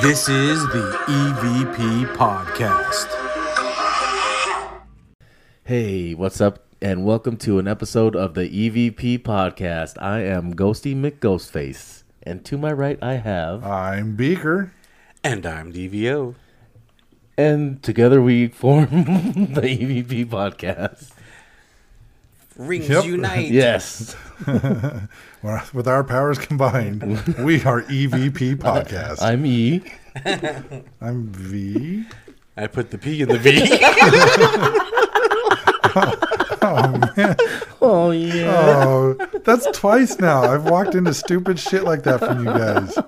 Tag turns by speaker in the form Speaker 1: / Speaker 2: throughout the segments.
Speaker 1: This is the EVP Podcast.
Speaker 2: Hey, what's up? And welcome to an episode of the EVP podcast. I am Ghosty McGhostface. And to my right, I have.
Speaker 3: I'm Beaker.
Speaker 1: And I'm DVO.
Speaker 2: And together we form the EVP podcast.
Speaker 4: Rings
Speaker 3: Yep.
Speaker 4: unite.
Speaker 2: Yes.
Speaker 3: Well, With our powers combined, we are EVP Podcast.
Speaker 2: I'm E.
Speaker 3: I'm V.
Speaker 1: I put the P in the V.
Speaker 2: Oh, yeah.
Speaker 3: Oh, that's twice now. I've walked into stupid shit like that from you guys.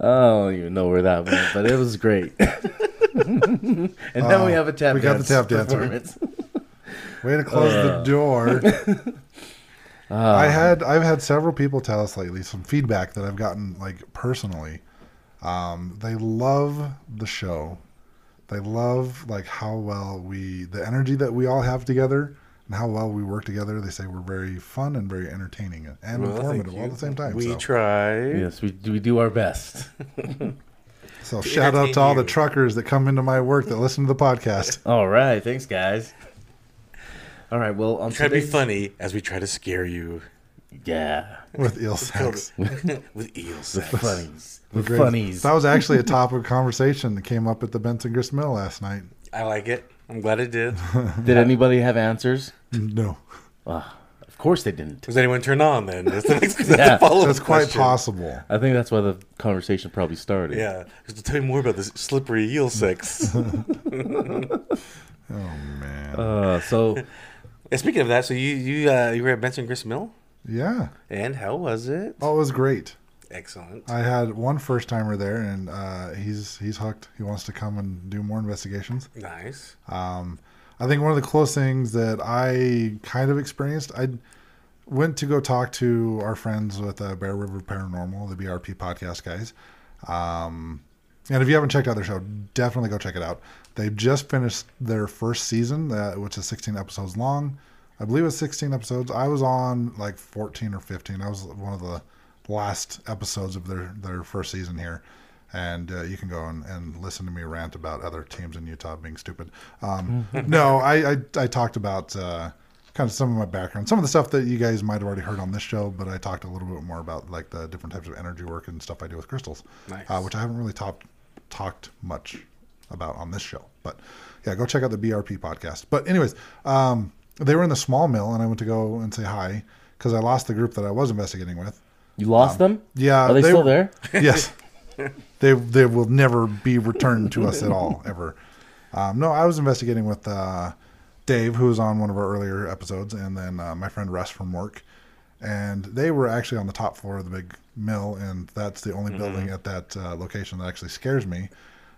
Speaker 2: I don't even know where that went, but it was great. and now we have a tap
Speaker 3: we got the
Speaker 2: dance
Speaker 3: tap dancer.
Speaker 2: performance.
Speaker 3: Way to close
Speaker 1: Uh.
Speaker 3: the door. I had I've had several people tell us lately some feedback that I've gotten like personally. Um, they love the show. They love like how well we the energy that we all have together and how well we work together. They say we're very fun and very entertaining and
Speaker 1: Well,
Speaker 3: informative
Speaker 1: thank
Speaker 3: all at
Speaker 1: you.
Speaker 3: the same time.
Speaker 1: We
Speaker 3: so,
Speaker 1: try.
Speaker 2: Yes, we, we do our best.
Speaker 3: so shout out to
Speaker 4: entertain
Speaker 3: all the
Speaker 4: you.
Speaker 3: truckers that come into my work that listen to the podcast.
Speaker 2: All right. Thanks, guys. All right. Well, on
Speaker 1: Try to be
Speaker 2: today's-
Speaker 1: funny as we try to scare you
Speaker 2: Yeah.
Speaker 3: With eel sex.
Speaker 1: with eel sex.
Speaker 2: Funnies. With
Speaker 3: Great.
Speaker 2: funnies.
Speaker 3: That was actually a topic of conversation that came up at the Benson Grist Mill last night.
Speaker 1: I like it. I'm glad it did.
Speaker 2: Did anybody have answers?
Speaker 3: No.
Speaker 2: Ah, Of course they didn't.
Speaker 1: Was anyone turned on then? That's the next that's
Speaker 2: Yeah.
Speaker 1: the follow-up
Speaker 3: That's quite
Speaker 1: question.
Speaker 3: possible.
Speaker 2: I think that's why the conversation probably started.
Speaker 1: Yeah. Just tell me more about this slippery eel sex.
Speaker 3: Oh man.
Speaker 2: Uh, so
Speaker 1: and speaking of that, so you you uh, you were at Benson Grist Mill,
Speaker 3: yeah.
Speaker 1: and how was it?
Speaker 3: Oh, it was great.
Speaker 1: Excellent.
Speaker 3: I had one first timer there, and uh, he's he's hooked. He wants to come and do more investigations.
Speaker 1: Nice.
Speaker 3: Um, I think one of the coolest things that I kind of experienced, I went to go talk to our friends with uh, Bear River Paranormal, the BRP podcast guys. Um, and if you haven't checked out their show, definitely go check it out. They've just finished their first season, uh, which is 16 episodes long. I believe it's 16 episodes. I was on like 14 or 15. I was one of the last episodes of their, their first season here. And uh, you can go and, and listen to me rant about other teams in Utah being stupid. Um, no, I, I, I talked about uh, kind of some of my background, some of the stuff that you guys might have already heard on this show, but I talked a little bit more about like the different types of energy work and stuff I do with crystals,
Speaker 1: Nice.
Speaker 3: uh, which I haven't really talked talked much about on this show. But yeah, go check out the BRP podcast. But anyways, um, they were in the small mill, and I went to go and say hi because I lost the group that I was investigating with.
Speaker 2: you lost them?
Speaker 3: yeah,
Speaker 2: Are they,
Speaker 3: they
Speaker 2: still
Speaker 3: were-
Speaker 2: there?
Speaker 3: Yes. they they will never be returned to us at all ever. Um, no, I was investigating with uh, Dave, who was on one of our earlier episodes, and then uh, my friend Russ from work, and they were actually on the top floor of the big mill, and that's the only building at that uh, location that actually scares me.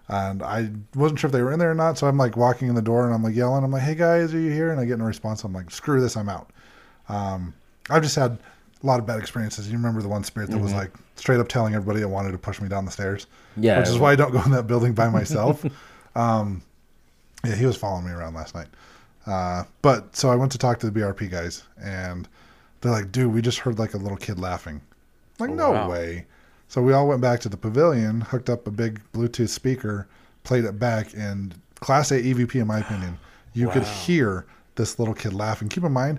Speaker 3: And I wasn't sure if they were in there or not, so I'm like walking in the door and I'm like yelling, I'm like, "Hey guys, are you here?" And I get no response. I'm like, "Screw this, I'm out." I've just had a lot of bad experiences. You remember the one spirit that was like straight up telling everybody it wanted to push me down the stairs.
Speaker 2: Yeah.
Speaker 3: Which is why I don't go in that building by myself. um, yeah, he was following me around last night. Uh, but so I went to talk to the BRP guys, and they're like, dude, we just heard like a little kid laughing. I'm like, no
Speaker 1: wow.
Speaker 3: way. So we all went back to the pavilion, hooked up a big Bluetooth speaker, played it back, and Class A EVP, in my opinion, you could hear this little kid laughing. Keep in mind,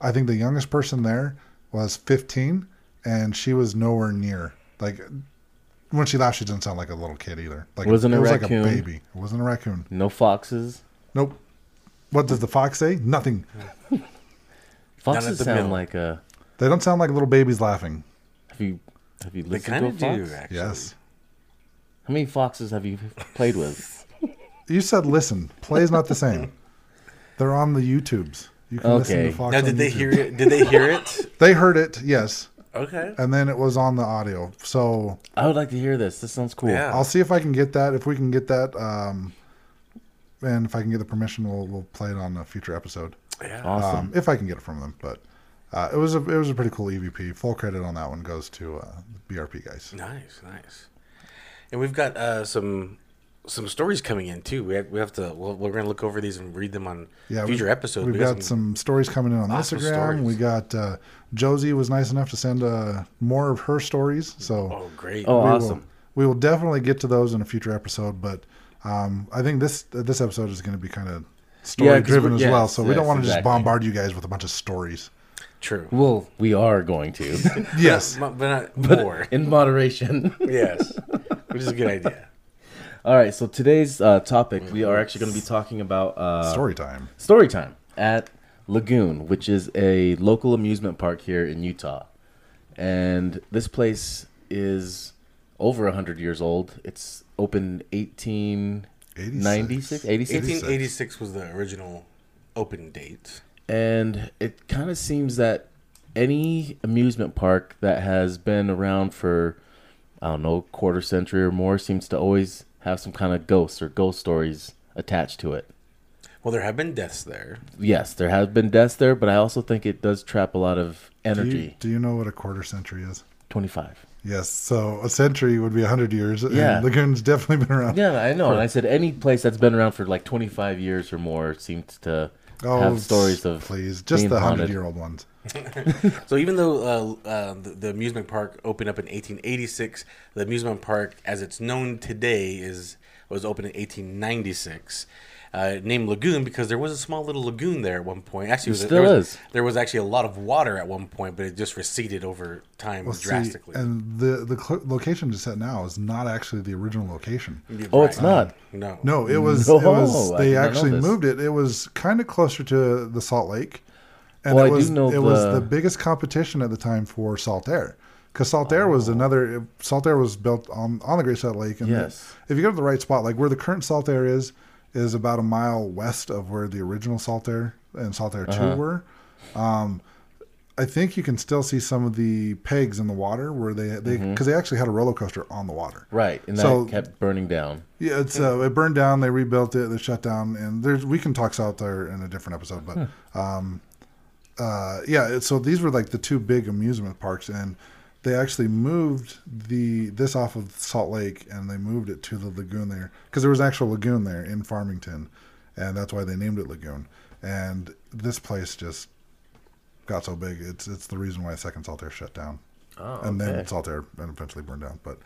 Speaker 3: I think the youngest person there was 15, and she was nowhere near. Like, when she laughed, she didn't sound like a little kid either. Like,
Speaker 2: Wasn't
Speaker 3: it
Speaker 2: a
Speaker 3: was
Speaker 2: raccoon.
Speaker 3: like a baby. It wasn't a raccoon.
Speaker 2: No foxes.
Speaker 3: Nope. What does the fox say? Nothing.
Speaker 2: Foxes
Speaker 1: the
Speaker 2: sound
Speaker 1: mill.
Speaker 2: like a.
Speaker 3: They don't sound like little babies laughing.
Speaker 2: Have you have you
Speaker 1: They
Speaker 2: listened
Speaker 1: kind
Speaker 2: to a
Speaker 1: of do,
Speaker 2: fox?
Speaker 1: actually.
Speaker 3: Yes.
Speaker 2: How many foxes have you played with?
Speaker 3: You said listen. Play's not the same. They're on the YouTubes. You can listen to
Speaker 2: Okay.
Speaker 3: Fox.
Speaker 1: Now,
Speaker 3: on
Speaker 1: did they
Speaker 3: YouTube.
Speaker 1: hear it? Did they hear it?
Speaker 3: They heard it, yes,
Speaker 1: Okay.
Speaker 3: and then it was on the audio. So
Speaker 2: I would like to hear this. This sounds cool.
Speaker 1: Yeah.
Speaker 3: I'll see if I can get that. If we can get that, um, and if I can get the permission, we'll we'll play it on a future episode.
Speaker 1: Yeah.
Speaker 2: Awesome.
Speaker 3: Um, if I can get it from them, but uh, it was a it was a pretty cool EVP. Full credit on that one goes to uh, the BRP guys.
Speaker 1: Nice, nice. And we've got uh, some some stories coming in too. We have, we have to. We'll, we're gonna look over these and read them on
Speaker 3: Yeah,
Speaker 1: future
Speaker 3: we-
Speaker 1: episodes.
Speaker 3: We've
Speaker 1: We
Speaker 3: got some stories coming in on
Speaker 1: awesome
Speaker 3: Instagram. We
Speaker 1: stories.
Speaker 3: got uh, Josie was nice enough to send uh, more of her stories. So
Speaker 1: Oh, great!
Speaker 2: Oh,
Speaker 3: we
Speaker 2: awesome.
Speaker 3: Will, we will definitely get to those in a future episode, but um, I think this this episode is going to be kind of story
Speaker 2: 'cause
Speaker 3: driven
Speaker 2: we-
Speaker 3: as
Speaker 1: yes,
Speaker 3: well. So we don't
Speaker 2: yes,
Speaker 3: want to just
Speaker 2: exactly.
Speaker 3: bombard you guys with a bunch of stories.
Speaker 1: True.
Speaker 2: Well, we are going to,
Speaker 3: Yes,
Speaker 1: But, but not more.
Speaker 2: in moderation.
Speaker 1: yes, which is a good idea.
Speaker 2: All right, so today's uh, topic, we are actually going to be talking about uh,
Speaker 3: story time.
Speaker 2: story time at Lagoon, which is a local amusement park here in Utah. And this place is over 100 years old. It's opened 1896, 86.
Speaker 1: 1886 was the original open date.
Speaker 2: And it kind of seems that any amusement park that has been around for, I don't know, quarter century or more seems to always have some kind of ghosts or ghost stories attached to it.
Speaker 1: Well, there have been deaths there.
Speaker 2: Yes, there have been deaths there, but I also think it does trap a lot of
Speaker 3: Do
Speaker 2: energy.
Speaker 3: you, do you know what a quarter century is?
Speaker 2: 25.
Speaker 3: Yes, so a century would be hundred years.
Speaker 2: Yeah.
Speaker 3: and Lagoon's definitely been around.
Speaker 2: Yeah, I know. And I said any place that's been around for like 25 years or more seems to have stories of
Speaker 3: Oh, please, just
Speaker 2: being
Speaker 3: the
Speaker 2: haunted.
Speaker 3: hundred-year-old ones.
Speaker 1: So even though uh, uh, the, the amusement park opened up in 1886, the amusement park, as it's known today, is was opened in 1896. Uh, named Lagoon because there was a small little lagoon there at one point. Actually, it was,
Speaker 2: still
Speaker 1: there was,
Speaker 2: is.
Speaker 1: There was actually a lot of water at one point, but it just receded over time
Speaker 3: Well, see,
Speaker 1: drastically.
Speaker 3: and the the cl- location it's at now is not actually the original location.
Speaker 2: Oh, it's not.
Speaker 1: No,
Speaker 3: No, it was. it
Speaker 2: No,
Speaker 3: was.
Speaker 2: I did
Speaker 3: They
Speaker 2: not know
Speaker 3: actually
Speaker 2: this.
Speaker 3: moved it. It was kind of closer to the Salt Lake, and
Speaker 2: Well, I
Speaker 3: it
Speaker 2: do
Speaker 3: was.
Speaker 2: know
Speaker 3: it was
Speaker 2: the-
Speaker 3: the biggest competition at the time for Salt Air, because Salt Air
Speaker 2: Oh.
Speaker 3: was another. Salt Air was built on on the Great Salt Lake, and
Speaker 2: Yes.
Speaker 3: if you go to the right spot, like where the current Salt Air is, is about a mile west of where the original Salt Air and Salt Air
Speaker 2: Uh-huh.
Speaker 3: Two were. Um, I think you can still see some of the pegs in the water where they they because
Speaker 2: Mm-hmm.
Speaker 3: they actually had a roller coaster on the water.
Speaker 2: Right, and
Speaker 3: So-
Speaker 2: that kept burning down.
Speaker 3: Yeah, it's uh, it burned down. They rebuilt it. They shut down, and there's we can talk South there in a different episode. But um, uh, yeah, it- so these were like the two big amusement parks, and they actually moved the this off of Salt Lake, and they moved it to the lagoon there because there was an actual lagoon there in Farmington, and that's why they named it Lagoon. And this place just got so big. It's it's the reason why Second Salt Air shut down,
Speaker 2: Oh,
Speaker 3: and
Speaker 2: okay.
Speaker 3: then Salt Air eventually burned down. But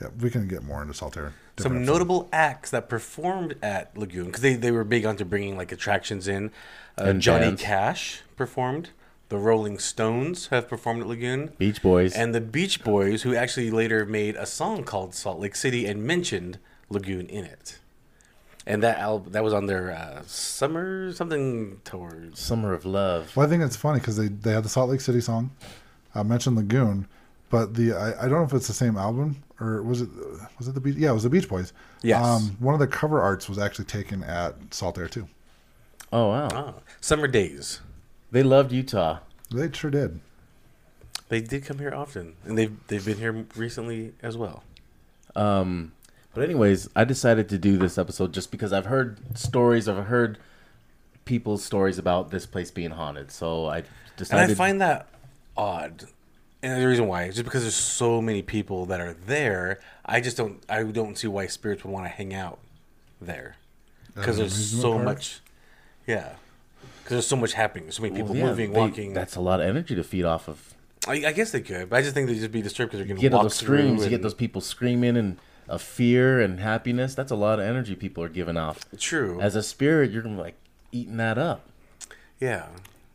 Speaker 3: yeah, we can get more into Salt Air.
Speaker 1: some notable acts that performed at Lagoon because they, they were big onto bringing like attractions in. Uh,
Speaker 2: And
Speaker 1: Johnny
Speaker 2: bands.
Speaker 1: Cash performed. The Rolling Stones have performed at Lagoon.
Speaker 2: Beach Boys.
Speaker 1: And the Beach Boys, who actually later made a song called Salt Lake City and mentioned Lagoon in it. And that album that was on their uh, summer something tours.
Speaker 2: Summer of Love.
Speaker 3: Well, I think it's funny because they, they had the Salt Lake City song. I mentioned Lagoon, but the I, I don't know if it's the same album or was it was it the Beach? Yeah, it was the Beach Boys. Um,
Speaker 1: Yes.
Speaker 3: one of the cover arts was actually taken at Salt Air too.
Speaker 2: Oh, wow.
Speaker 1: Ah, summer days.
Speaker 2: They loved Utah.
Speaker 3: They sure did.
Speaker 1: They did come here often, and they've they've been here recently as well.
Speaker 2: Um, but anyways, I decided to do this episode just because I've heard stories. I've heard people's stories about this place being haunted. So I
Speaker 1: And
Speaker 2: decided.
Speaker 1: I find that odd. And the reason why is just because there's so many people that are there. I just don't. I don't see why spirits would want to hang out there
Speaker 3: At an
Speaker 1: because there's
Speaker 3: amusement
Speaker 1: so
Speaker 3: park?
Speaker 1: much. Yeah, because there's so much happening. So many people
Speaker 2: Yeah,
Speaker 1: moving,
Speaker 2: they-
Speaker 1: walking.
Speaker 2: That's a lot of energy to feed off of.
Speaker 1: I, I guess they could, but I just think they'd just be disturbed because they're
Speaker 2: You
Speaker 1: going to
Speaker 2: get all
Speaker 1: walk
Speaker 2: those
Speaker 1: through.
Speaker 2: screams. You get
Speaker 1: and-
Speaker 2: those people screaming and of fear and happiness. That's a lot of energy people are giving off.
Speaker 1: True.
Speaker 2: As a spirit, you're gonna be like eating that up.
Speaker 1: yeah.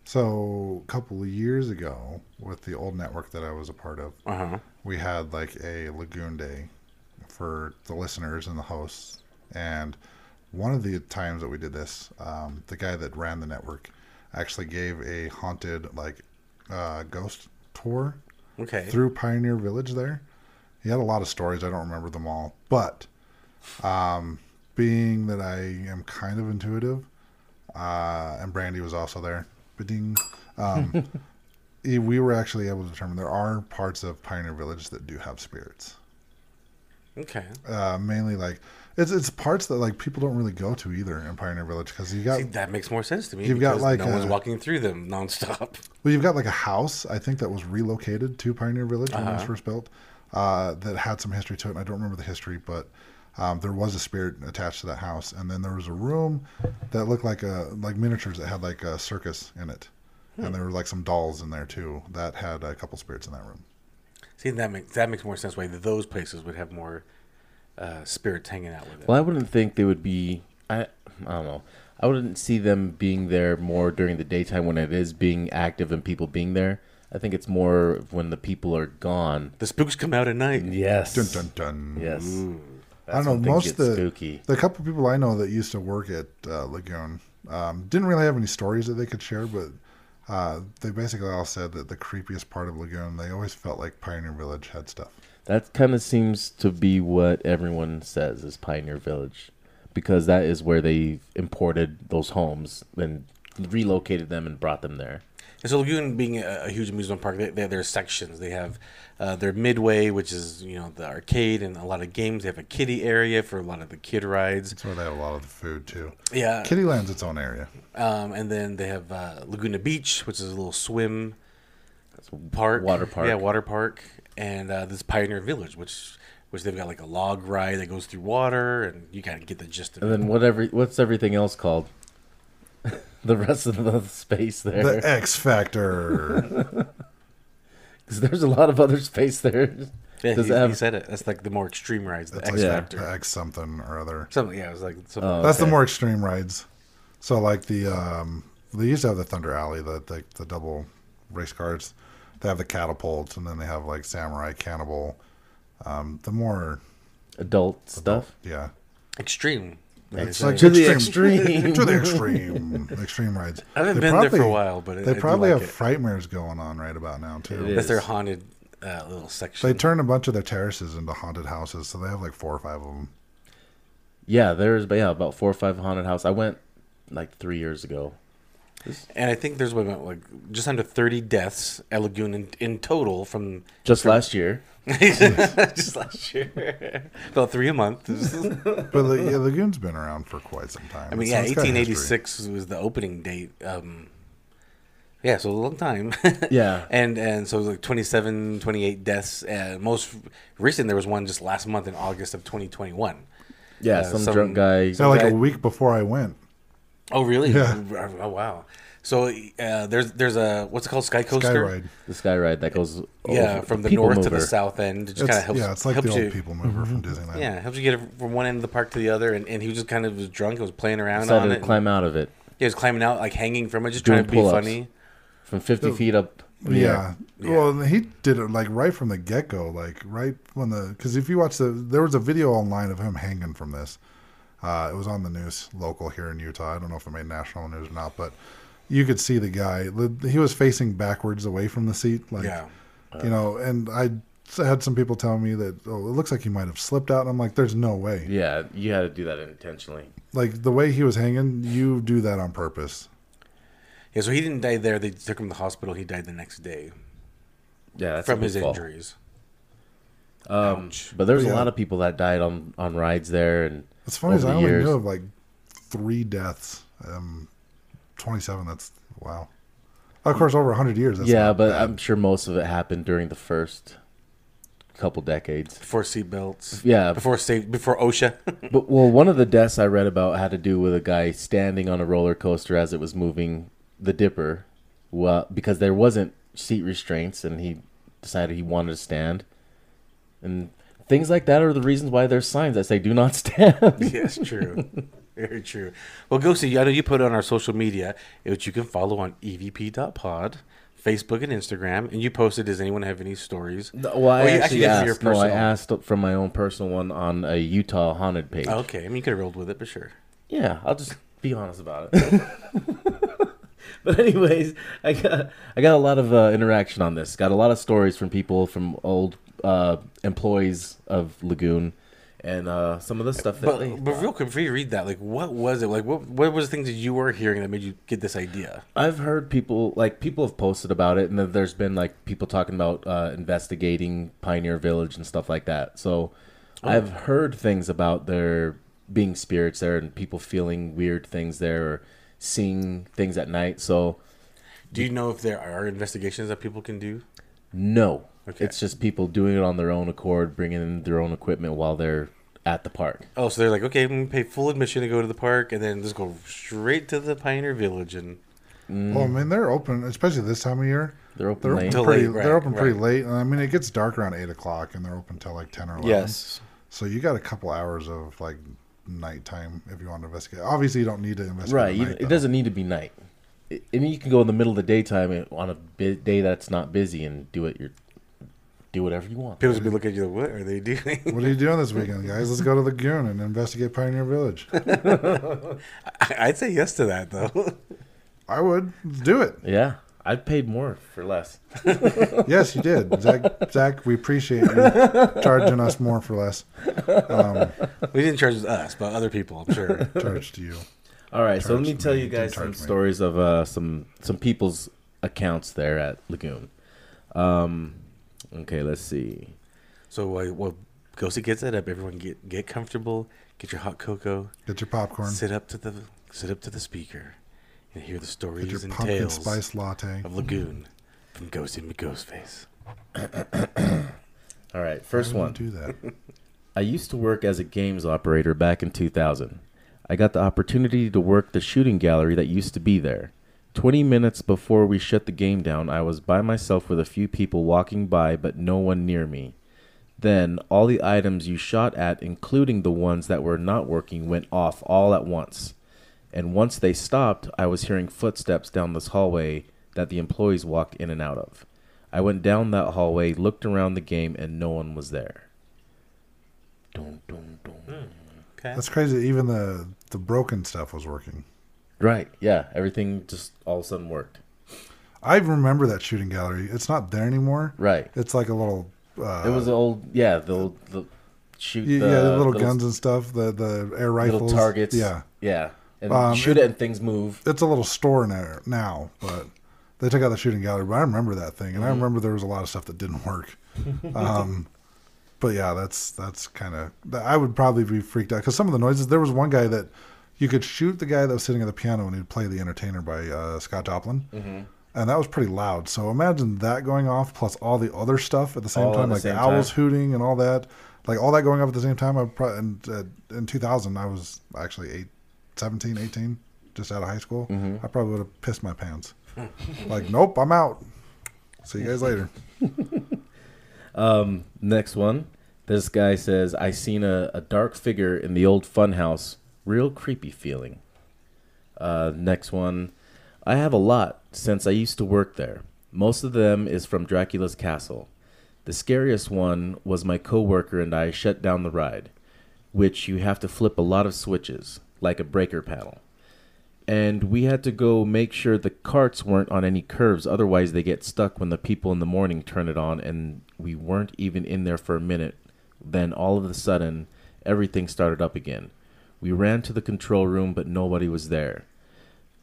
Speaker 3: So a couple of years ago, with the old network that I was a part of,
Speaker 1: Uh huh.
Speaker 3: we had like a Lagoon Day for the listeners and the hosts. And one of the times that we did this, um, the guy that ran the network actually gave a haunted like uh, ghost tour
Speaker 1: Okay.
Speaker 3: through Pioneer Village there. He had a lot of stories. I don't remember them all, but um, being that I am kind of intuitive, uh, and Brandy was also there. Ba-ding. Um, eh, we were actually able to determine there are parts of Pioneer Village that do have spirits.
Speaker 1: Okay.
Speaker 3: Uh, mainly like it's it's parts that like people don't really go to either in Pioneer Village because
Speaker 2: Uh,
Speaker 3: you got
Speaker 1: See, that makes more sense to me.
Speaker 3: You've got,
Speaker 1: because
Speaker 3: like,
Speaker 1: no one's
Speaker 3: a-
Speaker 1: walking through them nonstop.
Speaker 3: Well, you've got like a house, I think, that was relocated to Pioneer Village when it was first built, uh, that had some history to it. And I don't remember the history, but Um, there was a spirit attached to that house, and then there was a room that looked like a like miniatures that had like a circus in it, and there were like some dolls in there too that had a couple spirits in that room.
Speaker 1: See, that makes that makes more sense. Why those places would have more uh, spirits hanging out with it.
Speaker 2: Well, I wouldn't think they would be. I I don't know. I wouldn't see them being there more during the daytime when it is being active and people being there. I think it's more of when the people are gone.
Speaker 1: The spooks come out at night.
Speaker 2: Yes.
Speaker 3: Dun dun dun.
Speaker 2: Yes.
Speaker 3: Mm. I don't know.
Speaker 2: when things
Speaker 3: Most
Speaker 2: get
Speaker 3: of the
Speaker 2: spooky.
Speaker 3: the couple people I know that used to work at uh, Lagoon um, didn't really have any stories that they could share, but uh, they basically all said that the creepiest part of Lagoon they always felt like Pioneer Village had stuff.
Speaker 2: That kind of seems to be what everyone says is Pioneer Village, because that is where they imported those homes and relocated them and brought them there.
Speaker 1: And so Lagoon being a, a huge amusement park, they, they have their sections. They have uh, their midway, which is you know the arcade and a lot of games. They have a kiddie area for a lot of the kid rides.
Speaker 3: That's where they have a lot of the food too.
Speaker 1: Yeah,
Speaker 3: Kittyland's its own area.
Speaker 1: um, and then they have uh, Laguna Beach, which is a little swim park,
Speaker 2: water park.
Speaker 1: Yeah, water park, and uh, this Pioneer Village, which which they've got like a log ride that goes through water, and you kind of get the gist of
Speaker 2: And
Speaker 1: it.
Speaker 2: then whatever, what's everything else called? the rest of the space there,
Speaker 3: The X Factor.
Speaker 2: 'Cause there's a lot of other space there.
Speaker 1: Yeah,
Speaker 2: Does
Speaker 1: he,
Speaker 2: it have-
Speaker 1: he said it. That's like the more extreme rides, the
Speaker 3: That's
Speaker 1: X
Speaker 3: like
Speaker 2: Yeah.
Speaker 1: Factor.
Speaker 3: the X something or other.
Speaker 1: Something. Yeah, it was like something.
Speaker 3: That's the
Speaker 2: Okay.
Speaker 3: more extreme rides. So like the um, they used to have the Thunder Alley, the the, the double race cars. They have the catapults, and then they have like Samurai Cannibal. Um, the more
Speaker 2: Adult stuff.
Speaker 3: yeah,
Speaker 1: extreme. like
Speaker 3: It's
Speaker 1: they
Speaker 3: like
Speaker 1: say.
Speaker 2: To the extreme.
Speaker 3: to the extreme, extreme rides.
Speaker 1: I haven't
Speaker 3: They
Speaker 1: been there for a
Speaker 3: probably-
Speaker 1: while, but
Speaker 3: They probably
Speaker 1: like
Speaker 3: have
Speaker 1: it.
Speaker 3: frightmares going on right about now too.
Speaker 2: It
Speaker 1: That's their
Speaker 2: is.
Speaker 1: haunted uh, little section.
Speaker 3: They turn a bunch of their terraces into haunted houses, so they have like four or five of them.
Speaker 2: Yeah, there's but yeah about four or five haunted house. I went like three years ago.
Speaker 1: and I think there's what, about like just under 30 deaths at Lagoon in, in total from
Speaker 2: Just last year,
Speaker 1: just last year, about three a month.
Speaker 3: But the, yeah, Lagoon's been around for quite some time.
Speaker 1: I mean,
Speaker 3: It's-
Speaker 1: yeah,
Speaker 3: it's got history.
Speaker 1: 1886 was the opening date. Um, yeah, so a long time.
Speaker 2: Yeah.
Speaker 1: and and so like 27, 28 deaths. And most recent, there was one just last month in August of 2021.
Speaker 2: yeah,
Speaker 1: Uh,
Speaker 2: some,
Speaker 1: some-
Speaker 2: drunk guy.
Speaker 3: So like
Speaker 1: Okay.
Speaker 3: a week before I went,
Speaker 1: Oh, really?
Speaker 3: Yeah.
Speaker 1: Oh, wow. So uh, there's there's a what's it called Sky Coaster?
Speaker 3: Sky Ride.
Speaker 2: the sky ride that goes
Speaker 1: Yeah,
Speaker 3: Oh,
Speaker 2: over-
Speaker 1: from the
Speaker 2: people
Speaker 1: north to the
Speaker 2: mover.
Speaker 1: south end. It just kind
Speaker 3: It's-
Speaker 1: of helps.
Speaker 3: yeah, it's like the
Speaker 1: helps
Speaker 3: old
Speaker 1: you,
Speaker 3: people mover from Disneyland.
Speaker 1: Yeah, helps you get it from one end of the park to the other. And, and he was just kind of was drunk. He was playing around
Speaker 2: decided
Speaker 1: on
Speaker 2: to
Speaker 1: it.
Speaker 2: climb out of it
Speaker 1: He was climbing out, like hanging from it, just
Speaker 2: Doing
Speaker 1: trying to be
Speaker 2: pull-ups.
Speaker 1: funny.
Speaker 2: from 50 feet up. in the
Speaker 3: Yeah.
Speaker 2: air.
Speaker 3: Well, and he did it like right from the get go, like right when the because if you watch the there was a video online of him hanging from this. Uh, it was on the news local here in Utah. I don't know if it made national news or not, but you could see the guy. the- He was facing backwards away from the seat, like
Speaker 1: Yeah.
Speaker 3: you know. And I had some people tell me that oh, it looks like he might have slipped out. And I'm like, there's no way.
Speaker 2: Yeah, you had to do that intentionally.
Speaker 3: Like the way he was hanging, you do that on purpose.
Speaker 1: Yeah, so he didn't die there. They took him to the hospital. He died the next day
Speaker 2: Yeah, that's a
Speaker 1: from
Speaker 2: big
Speaker 1: his
Speaker 2: fall.
Speaker 1: injuries. Um, Ouch.
Speaker 2: But there's
Speaker 3: Oh, Yeah.
Speaker 2: a lot of people that died on on rides there, and
Speaker 3: It's funny is
Speaker 2: over
Speaker 3: I
Speaker 2: the
Speaker 3: only
Speaker 2: years.
Speaker 3: knew of like three deaths. Um, twenty-seven. That's wow. Of course, over hundred years. That's
Speaker 2: yeah,
Speaker 3: not
Speaker 2: but
Speaker 3: bad.
Speaker 2: I'm sure most of it happened during the first couple decades.
Speaker 1: Before seatbelts.
Speaker 2: Yeah.
Speaker 1: Before safe, before OSHA.
Speaker 2: But well, one of the deaths I read about had to do with a guy standing on a roller coaster as it was moving the Dipper, well, because there wasn't seat restraints, and he decided he wanted to stand, and things like that are the reasons why there's signs that say "Do not stand."
Speaker 1: yes, true. Very true. Well, go see. I know you put it on our social media, which you can follow on E evp.pod, Facebook, and Instagram. And you posted, does anyone have any stories?
Speaker 2: well, I
Speaker 1: Oh, you actually
Speaker 2: actually,
Speaker 1: did for your
Speaker 2: asked. No, I
Speaker 1: personal.
Speaker 2: asked from my own personal one on a Utah haunted page.
Speaker 1: Okay. I mean, you could have rolled with it, but sure.
Speaker 2: Yeah, I'll just be honest about it. but anyways, I got I got a lot of uh, interaction on this. Got a lot of stories from people from old uh, employees of Lagoon, and uh, some of the stuff that. they-
Speaker 1: But, but real quick, before you read that, like, what was it? Like, what, what was the things that you were hearing that made you get this idea?
Speaker 2: I've heard people like people have posted about it, and then there's been like people talking about uh, investigating Pioneer Village and stuff like that. So I've heard things about there being spirits there and people feeling weird things there or seeing things at night. So
Speaker 1: Do you know if there are investigations that people can do?
Speaker 2: No.
Speaker 1: Okay.
Speaker 2: It's just people doing it on their own accord, bringing in their own equipment while they're at the park.
Speaker 1: Oh, so they're like, okay, I'm gonna pay full admission to go to the park, and then just go straight to the Pioneer Village, and
Speaker 3: Well, oh, I mean, they're open, especially this time of year.
Speaker 2: They're open
Speaker 3: They're
Speaker 2: late.
Speaker 3: open
Speaker 1: Till
Speaker 3: pretty.
Speaker 1: late,
Speaker 3: they're
Speaker 1: right,
Speaker 3: open pretty
Speaker 1: right.
Speaker 3: late. And I mean, it gets dark around eight o'clock, and they're open till like ten or eleven.
Speaker 4: Yes.
Speaker 3: So you got a couple hours of like nighttime if you want to investigate. Obviously, you don't need to investigate.
Speaker 2: Right.
Speaker 3: at
Speaker 2: you-
Speaker 3: night,
Speaker 2: it
Speaker 3: though.
Speaker 2: doesn't need to be night. I I mean, you can go in the middle of the daytime and- on a bu- day that's not busy and do it. Your do whatever you want.
Speaker 1: people just be looking at you like, what are they doing?
Speaker 3: What are you doing this weekend, guys? Let's go to Lagoon and investigate Pioneer Village.
Speaker 1: I- I'd say yes to that though.
Speaker 3: I would Let's do it.
Speaker 2: Yeah, I paid more for less.
Speaker 3: Yes, you did, Zach. Zach, we appreciate you charging us more for less. Um,
Speaker 1: we didn't charge us, but other people, I'm sure.
Speaker 3: charge to you.
Speaker 2: All right, so let me
Speaker 3: Charged
Speaker 2: tell
Speaker 3: me.
Speaker 2: you
Speaker 3: Didn't
Speaker 2: guys some
Speaker 3: charge me.
Speaker 2: stories of uh, some some people's accounts there at Lagoon. Um, okay, let's see.
Speaker 1: So, uh, well, go see Kids That Up. Everyone get get comfortable, get your hot cocoa,
Speaker 3: Get your popcorn.
Speaker 1: sit up to the sit up to the speaker, and hear the
Speaker 3: Get your
Speaker 1: stories and
Speaker 3: pumpkin
Speaker 1: tales
Speaker 3: spice latte.
Speaker 1: of Lagoon from Ghost in Ghostface.
Speaker 2: All right, first
Speaker 3: Why would
Speaker 2: one.
Speaker 3: you Do that.
Speaker 2: I used to work as a games operator back in 2000. I got the opportunity to work the shooting gallery that used to be there. 20 minutes before we shut the game down, I was by myself with a few people walking by, but no one near me. Then, all the items you shot at, including the ones that were not working, went off all at once. And once they stopped, I was hearing footsteps down this hallway that the employees walked in and out of. I went down that hallway, looked around the game, and no one was there. Dun, dun, dun.
Speaker 1: Okay.
Speaker 3: That's crazy. Even the the broken stuff was working.
Speaker 2: Right. Yeah. Everything just all of a sudden worked.
Speaker 3: I remember that shooting gallery. It's not there anymore.
Speaker 2: Right.
Speaker 3: It's like a little. Uh,
Speaker 2: it was the old. Yeah. The old. The shoot.
Speaker 3: y-
Speaker 2: the,
Speaker 3: yeah, the little guns and stuff. The the
Speaker 2: Little
Speaker 3: air rifles.
Speaker 2: targets.
Speaker 3: Yeah,
Speaker 2: Yeah. And
Speaker 3: Um,
Speaker 2: shoot it, and things move.
Speaker 3: it's a little store there now, but they took out the shooting gallery. But I remember that thing, and
Speaker 2: Mm.
Speaker 3: I remember there was a lot of stuff that didn't work. um, but yeah, that's that's kind of. I would probably be freaked out because some of the noises. There was one guy that you could shoot the guy that was sitting at the piano, and he'd play "The Entertainer" by uh, Scott Joplin.
Speaker 2: Mm-hmm.
Speaker 3: And that was pretty loud. So imagine that going off, plus all the other stuff at the same
Speaker 2: All at
Speaker 3: time,
Speaker 2: the
Speaker 3: like the
Speaker 2: same
Speaker 3: owls
Speaker 2: time.
Speaker 3: hooting and all that, like all that going off at the same time. I probably in, uh, in 2000, I was actually eight, 17, 18, just out of high school.
Speaker 2: Mm-hmm.
Speaker 3: I probably would have pissed my pants. like, nope, I'm out. See you guys later.
Speaker 2: Next one. This guy says, "I seen a, a dark figure in the old funhouse. Real creepy feeling." Uh, next one. I have a lot since I used to work there. Most of them is from Dracula's castle. The scariest one was my coworker and I shut down the ride, which you have to flip a lot of switches, like a breaker panel. And we had to go make sure the carts weren't on any curves, otherwise they get stuck when the people in the morning turn it on and we weren't even in there for a minute. Then all of a sudden everything started up again. We ran to the control room but nobody was there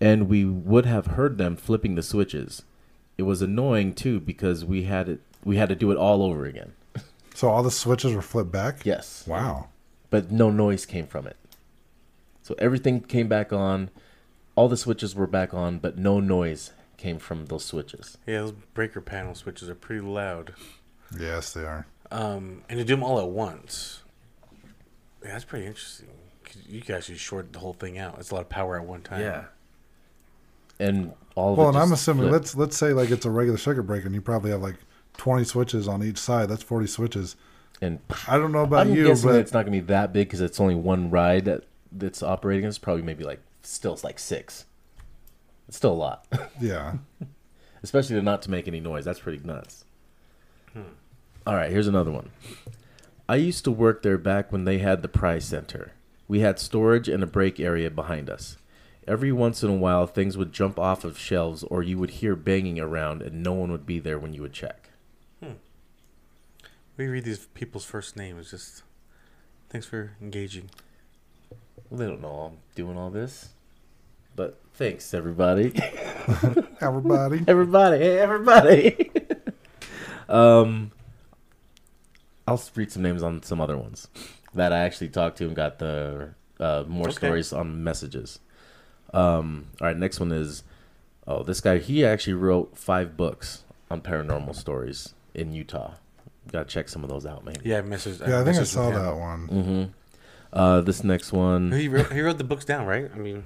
Speaker 2: and we would have heard them flipping the switches. It was annoying too because we had it we had to do it all over again.
Speaker 3: So all the switches were flipped back?
Speaker 2: Yes.
Speaker 3: Wow.
Speaker 2: But no noise came from it. So everything came back on. All the switches were back on, but no noise came from those switches.
Speaker 1: Yeah, those breaker panel switches are pretty loud.
Speaker 3: Yes, they are.
Speaker 1: Um, and to do them all at once. Yeah, that's pretty interesting. 'Cause You guys should short the whole thing out. It's a lot of power at one time.
Speaker 2: And all of
Speaker 3: Well,
Speaker 2: it
Speaker 3: and I'm
Speaker 2: just
Speaker 3: assuming
Speaker 2: flipped.
Speaker 3: let's let's say like it's a regular circuit breaker, and you probably have like 20 switches on each side. That's 40 switches.
Speaker 2: and
Speaker 3: I don't know about
Speaker 2: I'm
Speaker 3: you,
Speaker 2: guessing
Speaker 3: but
Speaker 2: it's not going to be that big because it's only one ride that that's operating. It's probably maybe like still it's like six. It's still a lot,
Speaker 3: yeah,
Speaker 2: especially to not to make any noise. That's pretty nuts. Hmm. All right, here's another one. I used to work there back when they had the prize center. We had storage and a break area behind us. Every once in a while, things would jump off of shelves, or you would hear banging around, and no one would be there when you would check.
Speaker 1: We read these people's first names. Just thanks for engaging.
Speaker 2: Well, they don't know I'm doing all this, but thanks everybody.
Speaker 3: everybody.
Speaker 2: Everybody, hey, everybody. um, I'll s- read some names on some other ones that I actually talked to and got the uh, more
Speaker 1: Okay.
Speaker 2: stories on messages. Um, all right, next one is oh, this guy he actually wrote five books on paranormal stories in Utah. Got to check some of those out, maybe.
Speaker 1: Yeah, I messaged.
Speaker 3: Yeah, I think I
Speaker 1: messaged
Speaker 3: saw
Speaker 1: with him.
Speaker 3: that one.
Speaker 2: Mm-hmm. Uh, this next one.
Speaker 1: He wrote, he wrote the books down, right? I mean,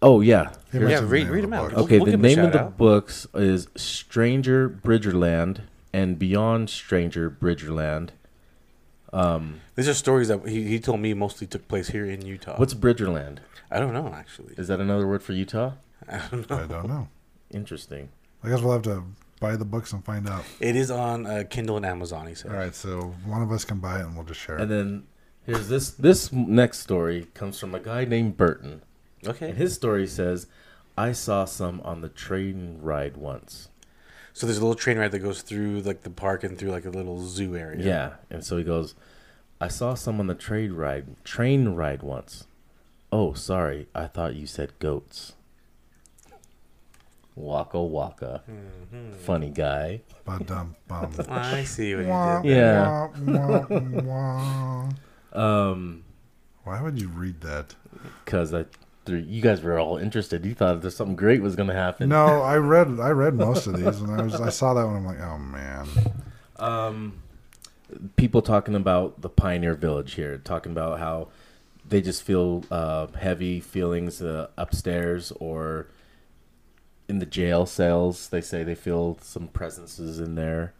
Speaker 2: Oh yeah.
Speaker 3: He
Speaker 1: Yeah,
Speaker 3: mentions the
Speaker 1: read-
Speaker 3: name of
Speaker 1: read
Speaker 3: the
Speaker 1: them out.
Speaker 3: book.
Speaker 1: We'll-
Speaker 2: Okay,
Speaker 1: we'll
Speaker 2: the
Speaker 1: give him a
Speaker 2: name of
Speaker 1: shout
Speaker 2: the
Speaker 1: out.
Speaker 2: books is Stranger Bridgerland and Beyond Stranger Bridgerland.
Speaker 1: these are stories that he, he told me mostly took place here in Utah.
Speaker 2: What's Bridgerland?
Speaker 1: I don't know actually.
Speaker 2: Is that another word for Utah?
Speaker 1: I don't know.
Speaker 3: I don't know.
Speaker 2: Interesting.
Speaker 3: I guess we'll have to buy the books and find out.
Speaker 1: It is on uh, Kindle and Amazon. He said.
Speaker 3: All right, so one of us can buy it and we'll just share
Speaker 2: And
Speaker 3: it.
Speaker 2: then here's this this next story comes from a guy named Burton. And
Speaker 1: Okay.
Speaker 2: his story says, I saw some on the train ride once.
Speaker 1: So there's a little train ride that goes through like the park and through like a little zoo area.
Speaker 2: Yeah. And so he goes, I saw some on the trade ride train ride once. Oh, sorry, I thought you said goats. Waka waka. Funny guy.
Speaker 3: But um, bum.
Speaker 1: Oh, I see what
Speaker 3: Wah,
Speaker 1: you did.
Speaker 2: Yeah.
Speaker 3: wah, wah, wah.
Speaker 2: Um
Speaker 3: Why would you read that?
Speaker 2: cuz I you guys were all interested. You thought that something great was going to happen.
Speaker 3: No, I read I read most of these and I was I saw that one. I'm like, oh man.
Speaker 2: people talking about the pioneer village here talking about how they just feel uh, heavy feelings uh, upstairs or in the jail cells they say they feel some presences in there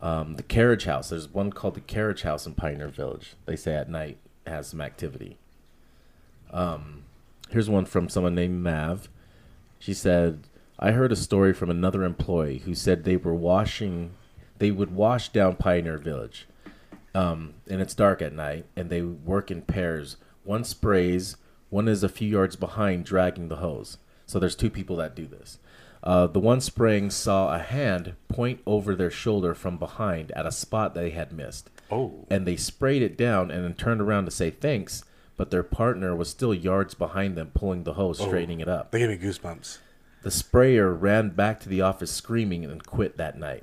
Speaker 2: um, the carriage house there's one called the carriage house in pioneer village they say at night it has some activity um, here's one from someone named mav she said, I heard a story from another employee who said they were washing, they would wash down Pioneer Village. Um, and it's dark at night, and they work in pairs. One sprays, one is a few yards behind, dragging the hose. So there's two people that do this. Uh, the one spraying saw a hand point over their shoulder from behind at a spot they had missed
Speaker 1: Oh.
Speaker 2: and they sprayed it down and then turned around to say thanks, but their partner was still yards behind them pulling the hose, straightening it up.
Speaker 1: They gave me goosebumps.
Speaker 2: The sprayer ran back to the office screaming and quit that night.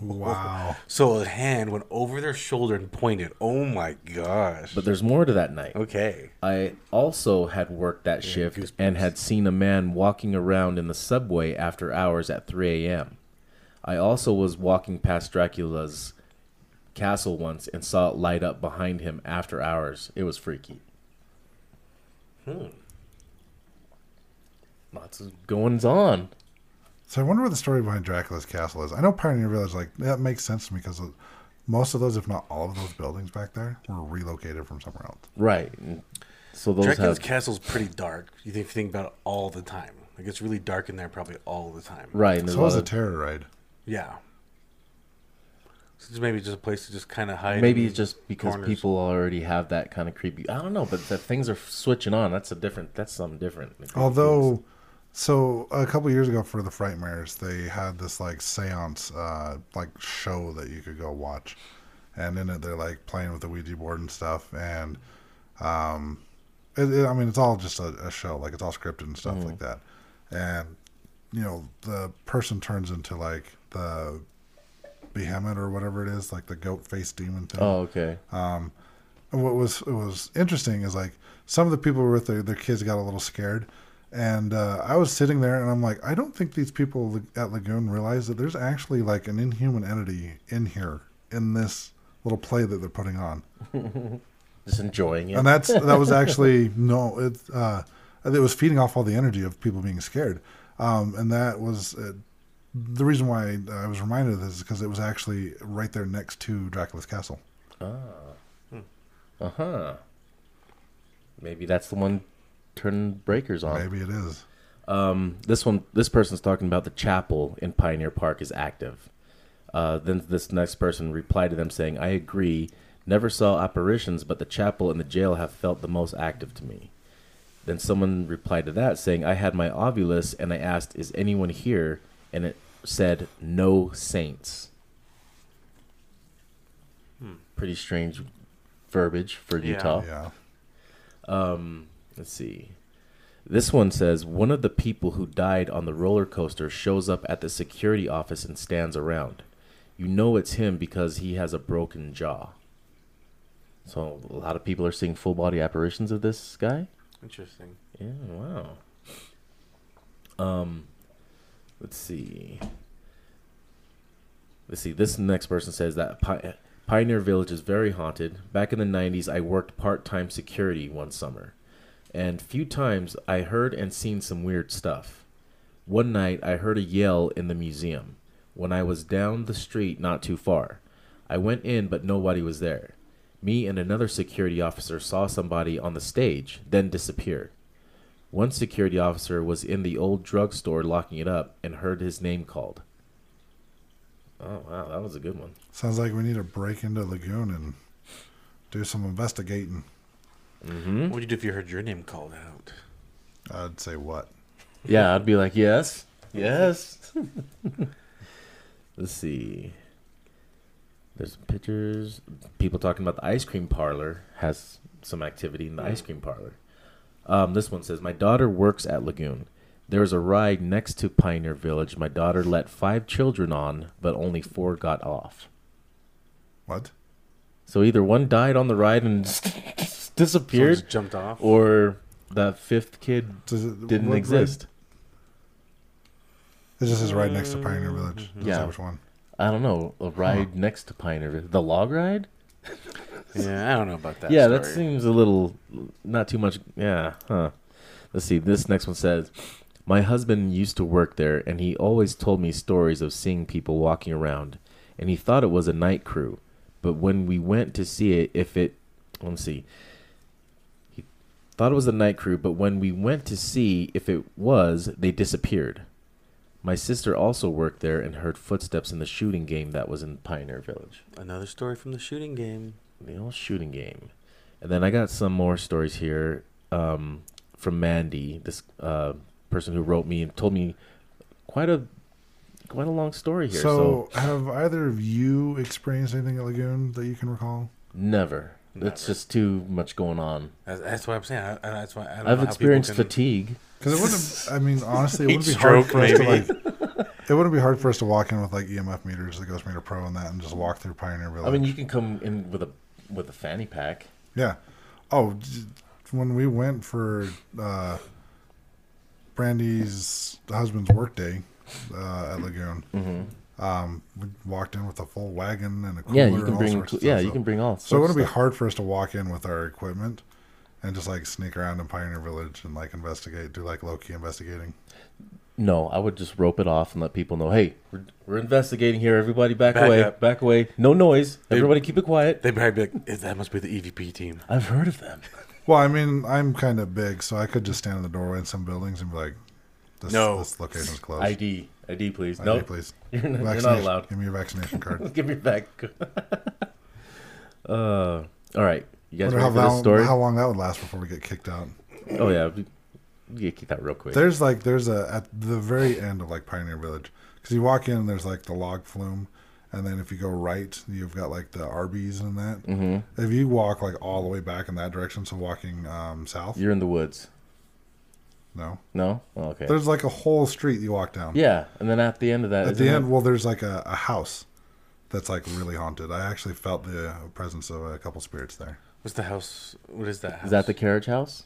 Speaker 3: Wow.
Speaker 1: So a hand went over their shoulder and pointed. Oh my gosh.
Speaker 2: But there's more to that night.
Speaker 1: okay.
Speaker 2: I also had worked that shift
Speaker 1: goosebumps.
Speaker 2: and had seen a man walking around in the subway after hours at 3 a.m. I also was walking past Dracula's castle once and saw it light up behind him after hours. It was freaky. Hmm. Lots of goings on.
Speaker 3: So I wonder what the story behind Dracula's castle is. I know Pioneer Village, like that makes sense to me because most of those, if not all of those buildings back there, were relocated from somewhere else.
Speaker 2: Right. and So those
Speaker 1: Dracula's
Speaker 2: have
Speaker 1: castle's pretty dark. You think, think about it all the time. Like it's really dark in there probably all the time.
Speaker 2: right. And there's
Speaker 3: So
Speaker 2: a lot
Speaker 3: was the
Speaker 2: of-
Speaker 3: terror ride.
Speaker 1: Yeah. So it's maybe just a place to just kind of hide.
Speaker 2: maybe
Speaker 1: in
Speaker 2: it's just because
Speaker 1: corners.
Speaker 2: people already have that kind of creepy. I don't know, but the things are switching on. That's a different. That's something different.
Speaker 3: Although, so a couple years ago for the Frightmares, they had this like seance, uh, like show that you could go watch, and in it they're like playing with the Ouija board and stuff, and um, it, it- I mean it's all just a, a show, like it's all scripted and stuff like that, and you know the person turns into like the behemoth or whatever it is, like the goat faced demon thing.
Speaker 2: Oh, okay.
Speaker 3: Uh, And what was it was interesting is like some of the people who were with their, their kids got a little scared and uh, i was sitting there and i'm like i don't think these people at lagoon realize that there's actually like an inhuman entity in here in this little play that they're putting on
Speaker 2: Just enjoying it.
Speaker 3: and that's that was actually no it uh it was feeding off all the energy of people being scared um and that was uh, the reason why i was reminded of this is because it was actually right there next to dracula's castle
Speaker 2: Uh huh. Maybe that's the one turning breakers on.
Speaker 3: maybe it is
Speaker 2: Um, this one, this person's talking about the chapel in Pioneer Park is active. Uh, then this next person replied to them saying, "I agree. Never saw apparitions, but the chapel and the jail have felt the most active to me." Then someone replied to that saying, "I had my ovulus and I asked, is anyone here?' And it said, "No saints." Pretty strange verbiage for
Speaker 1: Yeah.
Speaker 2: Utah.
Speaker 3: yeah
Speaker 2: Let's see. This one says one of the people who died on the roller coaster shows up at the security office and stands around. You know it's him because he has a broken jaw. So a lot of people are seeing full body apparitions of this guy.
Speaker 1: Interesting.
Speaker 2: Yeah, wow. Um, let's see. Let's see. This next person says that Pi- Pioneer Village is very haunted. Back in the 90s, I worked part time security one summer, and few times I heard and seen some weird stuff. One night, I heard a yell in the museum when I was down the street not too far. I went in, but nobody was there. Me and another security officer saw somebody on the stage, then disappear. One security officer was in the old drugstore locking it up and heard his name called. Oh, wow, that was a good one.
Speaker 3: Sounds like we need to break into Lagoon and do some investigating.
Speaker 1: What would you do if you heard your name called out?
Speaker 3: I'd say what?
Speaker 2: Yeah, I'd be like, yes, yes. Let's see. There's some pictures. People talking about the ice cream parlor has some activity in the ice cream parlor. Um, this one says, My daughter works at Lagoon. There is a ride next to Pioneer Village. My daughter let five children on, but only four got off.
Speaker 3: What?
Speaker 2: So either one died on the ride and
Speaker 1: Someone
Speaker 2: disappeared,
Speaker 1: just jumped off.
Speaker 2: or that fifth kid
Speaker 3: Does it,
Speaker 2: didn't
Speaker 3: what-
Speaker 2: exist.
Speaker 3: It just says right next to Pioneer Village. Is
Speaker 2: Yeah.
Speaker 3: that which one?
Speaker 2: I don't know. A ride next to Pioneer Village. The log ride?
Speaker 1: yeah, I don't know about that.
Speaker 2: yeah,
Speaker 1: story.
Speaker 2: that seems a little not too much. Yeah, huh? Let's see. This next one says, "My husband used to work there, and he always told me stories of seeing people walking around, and he thought it was a night crew. But when we went to see it, if it, let me see." He Thought it was the night crew, but when we went to see if it was, they disappeared. My sister also worked there and heard footsteps in the shooting game that was in Pioneer Village
Speaker 1: another story from the shooting game.
Speaker 2: the old shooting game. And then I got some more stories here um, from Mandy, this uh, person who wrote me and told me quite a quite a long story here. So,
Speaker 3: So, have either of you experienced anything at Lagoon that you can recall?
Speaker 2: never. It's
Speaker 1: Never.
Speaker 2: just too much going on.
Speaker 1: That's, that's what I'm saying. I, I, that's why I don't know how
Speaker 2: I've
Speaker 1: people
Speaker 2: experienced
Speaker 1: can-
Speaker 2: fatigue.
Speaker 3: Because it wouldn't. I mean, honestly, it
Speaker 1: Heat
Speaker 3: wouldn't be hard
Speaker 1: stroke,
Speaker 3: for us to
Speaker 1: maybe.
Speaker 3: like. It wouldn't be hard for us to walk in with like EMF meters, the Ghost Meter Pro, and that, and just walk through Pioneer Village.
Speaker 2: I mean, you can come in with a with a fanny pack.
Speaker 3: yeah. Oh, j- when we went for uh, Brandy's husband's workday uh, at Lagoon, um, we walked in with a full wagon and a cooler
Speaker 2: Mm-hmm. yeah, you
Speaker 3: and
Speaker 2: can
Speaker 3: all
Speaker 2: bring
Speaker 3: sorts of
Speaker 2: yeah,
Speaker 3: stuff,
Speaker 2: you
Speaker 3: so-
Speaker 2: can bring all.
Speaker 3: So it
Speaker 2: sorts
Speaker 3: wouldn't
Speaker 2: of
Speaker 3: be
Speaker 2: stuff.
Speaker 3: hard for us to walk in with our equipment and just like sneak around in Pioneer Village and like investigate, do like low key investigating.
Speaker 2: No, I would just rope it off and let people know, hey, we're, we're investigating here. Everybody back,
Speaker 1: Back
Speaker 2: away,
Speaker 1: up.
Speaker 2: back away. No noise. Everybody keep it quiet.
Speaker 1: They'd probably be like, "Eh, "That must be the EVP team."
Speaker 2: I've heard of them.
Speaker 3: Well, I mean, I'm kind of big, so I could just stand in the doorway in some buildings and be like, "This,
Speaker 1: No.
Speaker 3: this location's closed."
Speaker 2: ID, ID, please.
Speaker 3: ID,
Speaker 2: No,
Speaker 3: please.
Speaker 2: You're not- you're not
Speaker 3: Vaccination-
Speaker 2: allowed.
Speaker 3: Give me your vaccination card.
Speaker 2: give me back. uh, all right, you guys
Speaker 3: Wonder
Speaker 2: ready
Speaker 3: how
Speaker 2: for this
Speaker 3: long,
Speaker 2: story?
Speaker 3: how long that would last before we get kicked out.
Speaker 2: Oh yeah, we, we get kicked out real quick.
Speaker 3: There's like there's a at the very end of like Pioneer Village because you walk in and there's like the log flume, and then if you go right, you've got like the Arby's and that.
Speaker 2: Mm.
Speaker 3: Mm-hmm. If you walk like all the way back in that direction, so walking um, south,
Speaker 2: You're in the woods.
Speaker 3: no,
Speaker 2: No, oh, okay.
Speaker 3: there's like a whole street you walk down.
Speaker 2: yeah, and then at the end of that,
Speaker 3: At
Speaker 2: isn't
Speaker 3: the
Speaker 2: it-
Speaker 3: end, well, there's like a, a house that's like really haunted. I actually felt the presence of a couple spirits there.
Speaker 1: What's the house? What is that? House?
Speaker 2: is that the carriage house?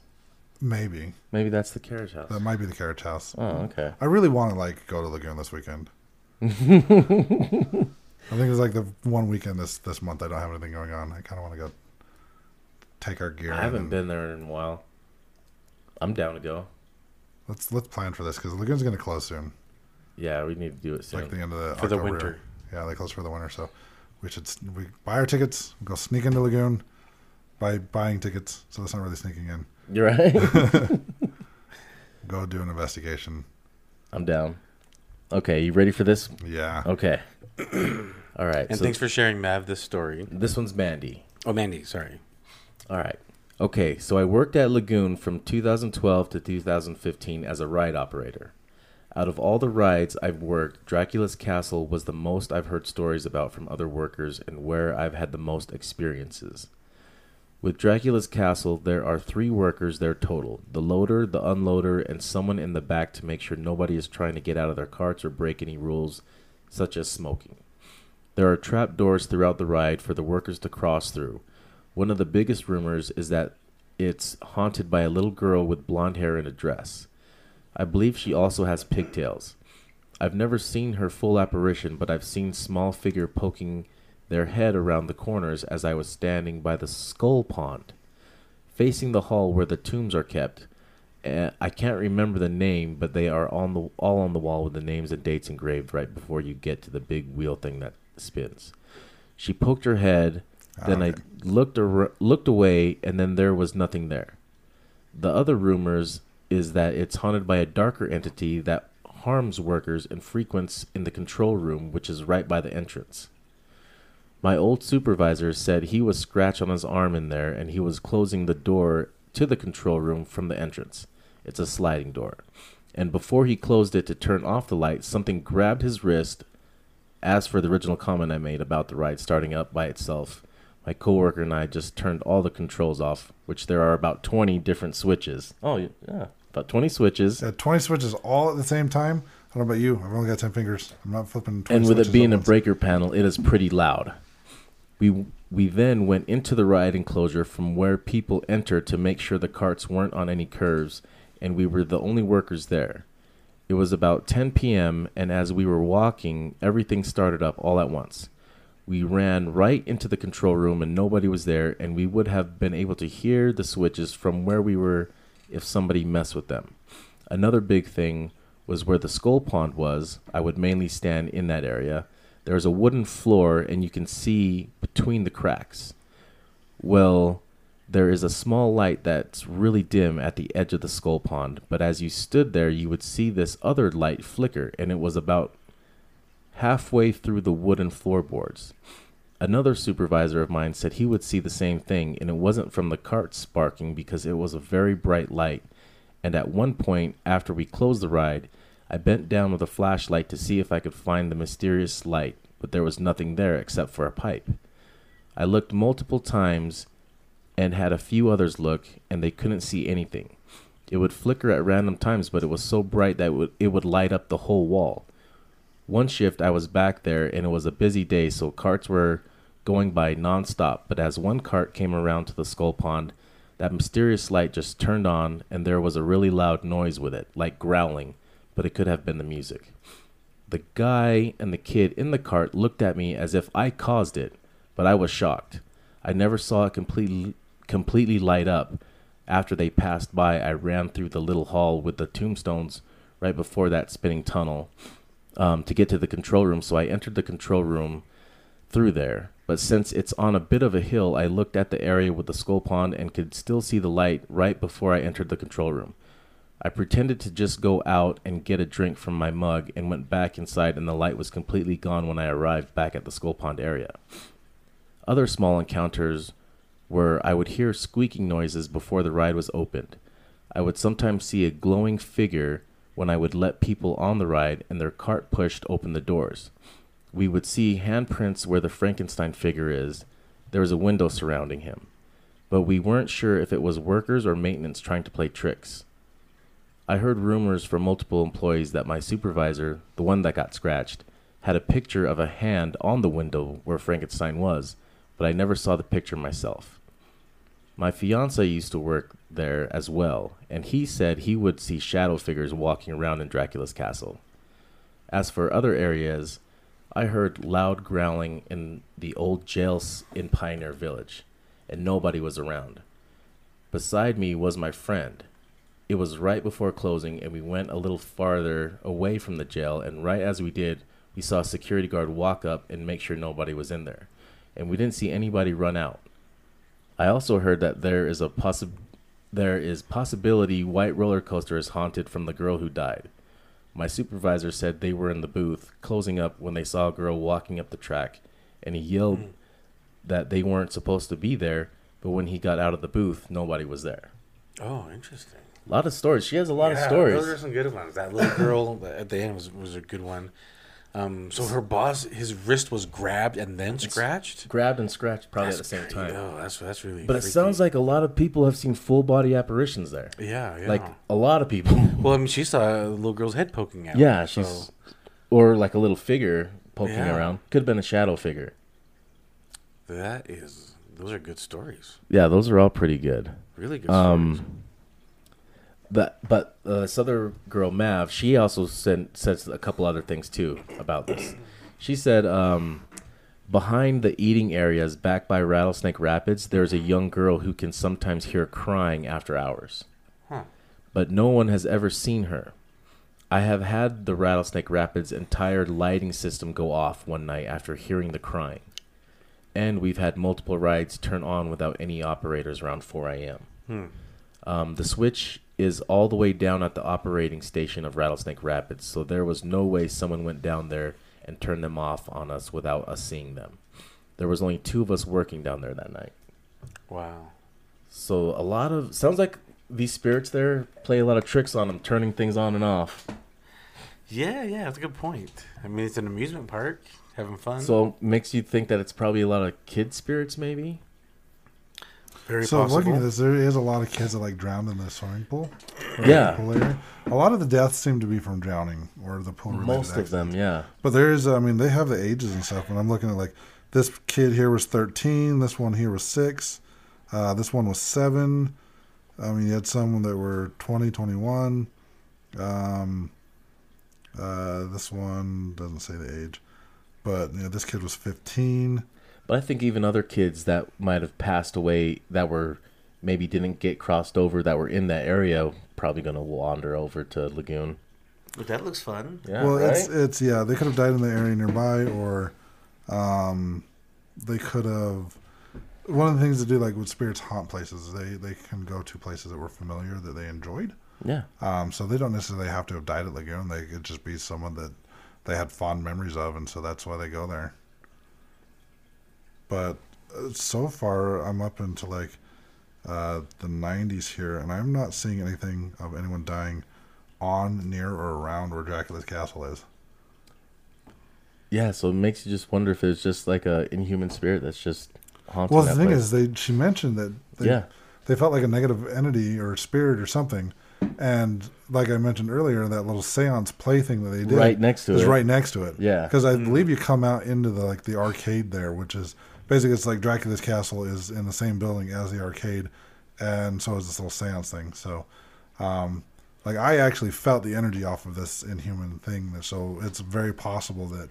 Speaker 3: Maybe
Speaker 2: Maybe that's the carriage house.
Speaker 3: that might be the carriage house.
Speaker 2: oh, okay.
Speaker 3: I really want to like go to Lagoon this weekend. I think it's like the one weekend this this month. I don't have anything going on. I kind of want to go take our gear.
Speaker 2: I haven't
Speaker 3: and
Speaker 2: been there in a while. I'm down to go.
Speaker 3: Let's let's plan for this because Lagoon's going to close soon,
Speaker 2: Yeah, we need to do it soon.
Speaker 3: like the end of the
Speaker 1: For the
Speaker 3: October.
Speaker 1: winter.
Speaker 3: Yeah, they close for the winter, so we should s- we buy our tickets, go sneak into Lagoon by buying tickets. So it's not really sneaking in.
Speaker 2: You're right.
Speaker 3: Go do an investigation.
Speaker 2: I'm down. Okay, you ready for this?
Speaker 3: Yeah.
Speaker 2: Okay. All right.
Speaker 1: And
Speaker 2: so
Speaker 1: thanks for sharing, Mav, this story.
Speaker 2: this one's Mandy.
Speaker 1: Oh, Mandy, sorry.
Speaker 2: All right. Okay, so I worked at Lagoon from 2012 to 2015 as a ride operator. Out of all the rides I've worked, Dracula's Castle was the most I've heard stories about from other workers and where I've had the most experiences. With Dracula's Castle, there are three workers there total the loader, the unloader, and someone in the back to make sure nobody is trying to get out of their carts or break any rules, such as smoking. There are trap doors throughout the ride for the workers to cross through. One of the biggest rumors is that it's haunted by a little girl with blonde hair and a dress. I believe she also has pigtails. I've never seen her full apparition, but I've seen small figure poking their head around the corners as I was standing by the skull pond, facing the hall where the tombs are kept. Uh, I can't remember the name, but they are on the all on the wall with the names and dates engraved right before you get to the big wheel thing that spins. She poked her head, then
Speaker 3: Okay.
Speaker 2: I looked ar- looked away, and then there was nothing there. The other rumors is that it's haunted by a darker entity that harms workers and frequents in the control room, which is right by the entrance. My old supervisor said he was scratched on his arm in there and he was closing the door to the control room from the entrance. It's a sliding door. And before he closed it to turn off the light, something grabbed his wrist. As for the original comment I made about the ride starting up by itself, my coworker and I just turned all the controls off, which there are about 20 different switches. Oh, yeah. About 20 switches.
Speaker 3: At 20 switches all at the same time. I don't know about you. I've only got 10 fingers. I'm not flipping 20
Speaker 2: and with
Speaker 3: switches
Speaker 2: it
Speaker 3: at
Speaker 2: being a
Speaker 3: once.
Speaker 2: breaker panel, it is pretty loud. We we then went into the ride enclosure from where people enter to make sure the carts weren't on any curves, and we were the only workers there. It was about 10 p.m., and as we were walking, everything started up all at once. We ran right into the control room, and nobody was there, and we would have been able to hear the switches from where we were if somebody messed with them. Another big thing was where the skull pond was. I would mainly stand in that area. There was a wooden floor, and you can see between the cracks. Well, there is a small light that's really dim at the edge of the skull pond, but as you stood there, you would see this other light flicker, and it was about halfway through the wooden floorboards. Another supervisor of mine said he would see the same thing, and it wasn't from the cart sparking because it was a very bright light. And at one point, after we closed the ride, I bent down with a flashlight to see if I could find the mysterious light, but there was nothing there except for a pipe. I looked multiple times and had a few others look, and they couldn't see anything. It would flicker at random times, but it was so bright that it would, it would light up the whole wall. One shift, I was back there, and it was a busy day, so carts were going by nonstop. But as one cart came around to the skull pond, that mysterious light just turned on, and there was a really loud noise with it, like growling, but it could have been the music. The guy and the kid in the cart looked at me as if I caused it, but I was shocked. I never saw it completely completely light up. After they passed by, I ran through the little hall with the tombstones right before that spinning tunnel um, to get to the control room. So I entered the control room through there. But since it's on a bit of a hill, I looked at the area with the skull pond and could still see the light right before I entered the control room. I pretended to just go out and get a drink from my mug and went back inside, and the light was completely gone when I arrived back at the skull pond area. Other small encounters were I would hear squeaking noises before the ride was opened. I would sometimes see a glowing figure when I would let people on the ride and their cart pushed open the doors. We would see handprints where the Frankenstein figure is. There was a window surrounding him. But we weren't sure if it was workers or maintenance trying to play tricks. I heard rumors from multiple employees that my supervisor, the one that got scratched, had a picture of a hand on the window where Frankenstein was, but I never saw the picture myself. My fiance used to work there as well, and he said he would see shadow figures walking around in Dracula's castle. As for other areas, I heard loud growling in the old jail s- in Pioneer Village, and nobody was around. Beside me was my friend, it was right before closing and we went a little farther away from the jail and right as we did we saw a security guard walk up and make sure nobody was in there and we didn't see anybody run out i also heard that there is a possi- there is possibility white roller coaster is haunted from the girl who died my supervisor said they were in the booth closing up when they saw a girl walking up the track and he yelled
Speaker 1: Hmm.
Speaker 2: that they weren't supposed to be there but when he got out of the booth nobody was there
Speaker 1: Oh, interesting.
Speaker 2: a lot of stories. She has a lot of
Speaker 1: Yeah,
Speaker 2: stories.
Speaker 1: Those are some good ones. That little girl at the end was, was a good one. Um, so her boss, his wrist was grabbed and then scratched.
Speaker 2: grabbed and scratched probably
Speaker 1: That's
Speaker 2: at the same
Speaker 1: cra-
Speaker 2: time.
Speaker 1: Oh, that's that's really.
Speaker 2: But it sounds like a lot of people have seen full body apparitions there.
Speaker 1: yeah, yeah.
Speaker 2: Like a lot of people.
Speaker 1: well, I mean, she saw a little girl's head poking out.
Speaker 2: yeah,
Speaker 1: so-
Speaker 2: she's or like a little figure poking
Speaker 1: Yeah.
Speaker 2: around. Could have been a shadow figure.
Speaker 1: that is. Those are good stories.
Speaker 2: Yeah, those are all pretty good.
Speaker 1: Really good.
Speaker 2: Um,
Speaker 1: stories.
Speaker 2: But but uh, this other girl, Mav, she also said says a couple other things too about this. She said um, Behind the eating areas back by Rattlesnake Rapids, there's a young girl who can sometimes hear crying after hours.
Speaker 1: Huh.
Speaker 2: But no one has ever seen her. I have had the Rattlesnake Rapids entire lighting system go off one night after hearing the crying. And we've had multiple rides turn on without any operators around 4 a.m. Um, the switch is all the way down at the operating station of Rattlesnake Rapids, so there was no way someone went down there and turned them off on us without us seeing them. There was only two of us working down there that night.
Speaker 1: Wow.
Speaker 2: So a lot of sounds like these spirits there play a lot of tricks on them, turning things on and off.
Speaker 1: Yeah, yeah, that's a good point. I mean, it's an amusement park, having fun.
Speaker 2: So makes you think that it's probably a lot of kid spirits, maybe.
Speaker 1: Very
Speaker 3: So
Speaker 1: possible.
Speaker 3: looking at this, there is a lot of kids that like drowned in the swimming pool. or
Speaker 2: Yeah.
Speaker 3: pool area. A lot of the deaths seem to be from drowning or the pool.
Speaker 2: Most of them, yeah.
Speaker 3: But there's, I mean, they have the ages and stuff. And I'm looking at like this kid here was 13, this one here was six, uh, this one was seven. I mean, you had some that were 20, 21. Um, uh, this one doesn't say the age, but you know, this kid was 15.
Speaker 2: But I think even other kids that might have passed away that were maybe didn't get crossed over that were in that area probably going to wander over to Lagoon.
Speaker 1: But that looks fun.
Speaker 2: Yeah,
Speaker 3: well,
Speaker 2: right?
Speaker 3: it's it's yeah. They could have died in the area nearby, or um, they could have. One of the things to do, like with spirits haunt places, is they they can go to places that were familiar that they enjoyed.
Speaker 2: yeah.
Speaker 3: Um, so they don't necessarily have to have died at Lagoon. They could just be someone that they had fond memories of, and so that's why they go there. But uh, so far, I'm up into like uh, the 90s here, and I'm not seeing anything of anyone dying on, near, or around where Dracula's castle is.
Speaker 2: Yeah, so it makes you just wonder if it's just like a inhuman spirit that's just haunting.
Speaker 3: Well, the
Speaker 2: that
Speaker 3: thing
Speaker 2: place.
Speaker 3: is, they she mentioned that they,
Speaker 2: Yeah.
Speaker 3: they felt like a negative entity or spirit or something, and like I mentioned earlier, that little seance play thing that they did
Speaker 2: Right next to
Speaker 3: is
Speaker 2: it.
Speaker 3: right next to it.
Speaker 2: Yeah.
Speaker 3: because I believe you come out into the like the arcade there, which is basically it's like Dracula's castle is in the same building as the arcade, and so is this little seance thing. So, um, like I actually felt the energy off of this inhuman thing, so it's very possible that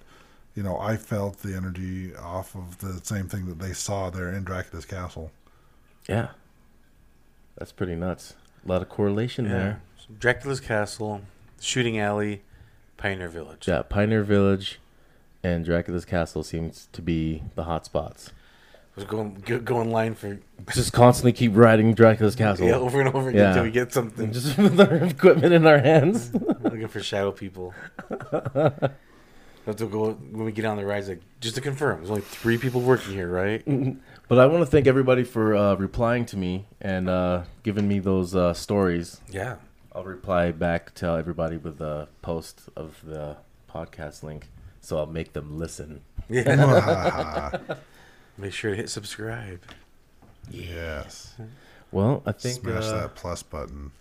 Speaker 3: you know, I felt the energy off of the same thing that they saw there in Dracula's castle.
Speaker 2: yeah, that's pretty nuts. A lot of correlation there.
Speaker 1: So Dracula's Castle, Shooting Alley, Pioneer Village.
Speaker 2: Yeah, Pioneer Village and Dracula's Castle seems to be the hot spots.
Speaker 1: Let's go, go, go in line for
Speaker 2: Just constantly keep riding Dracula's Castle.
Speaker 1: yeah, over and over again
Speaker 2: Yeah.
Speaker 1: until we get something.
Speaker 2: just with our equipment in our hands.
Speaker 1: looking for shadow people. That's what go when we get on the rides. Like just to confirm, there's only three people working here, right?
Speaker 2: Mm-hmm. But I want to thank everybody for uh, replying to me and uh, giving me those uh, stories.
Speaker 1: Yeah.
Speaker 2: I'll reply back to everybody with the post of the podcast link, so I'll make them listen.
Speaker 1: Yeah.
Speaker 3: Ah,
Speaker 1: Make sure to hit subscribe.
Speaker 3: yes.
Speaker 2: Well, I think
Speaker 3: Smash
Speaker 2: uh,
Speaker 3: that plus button.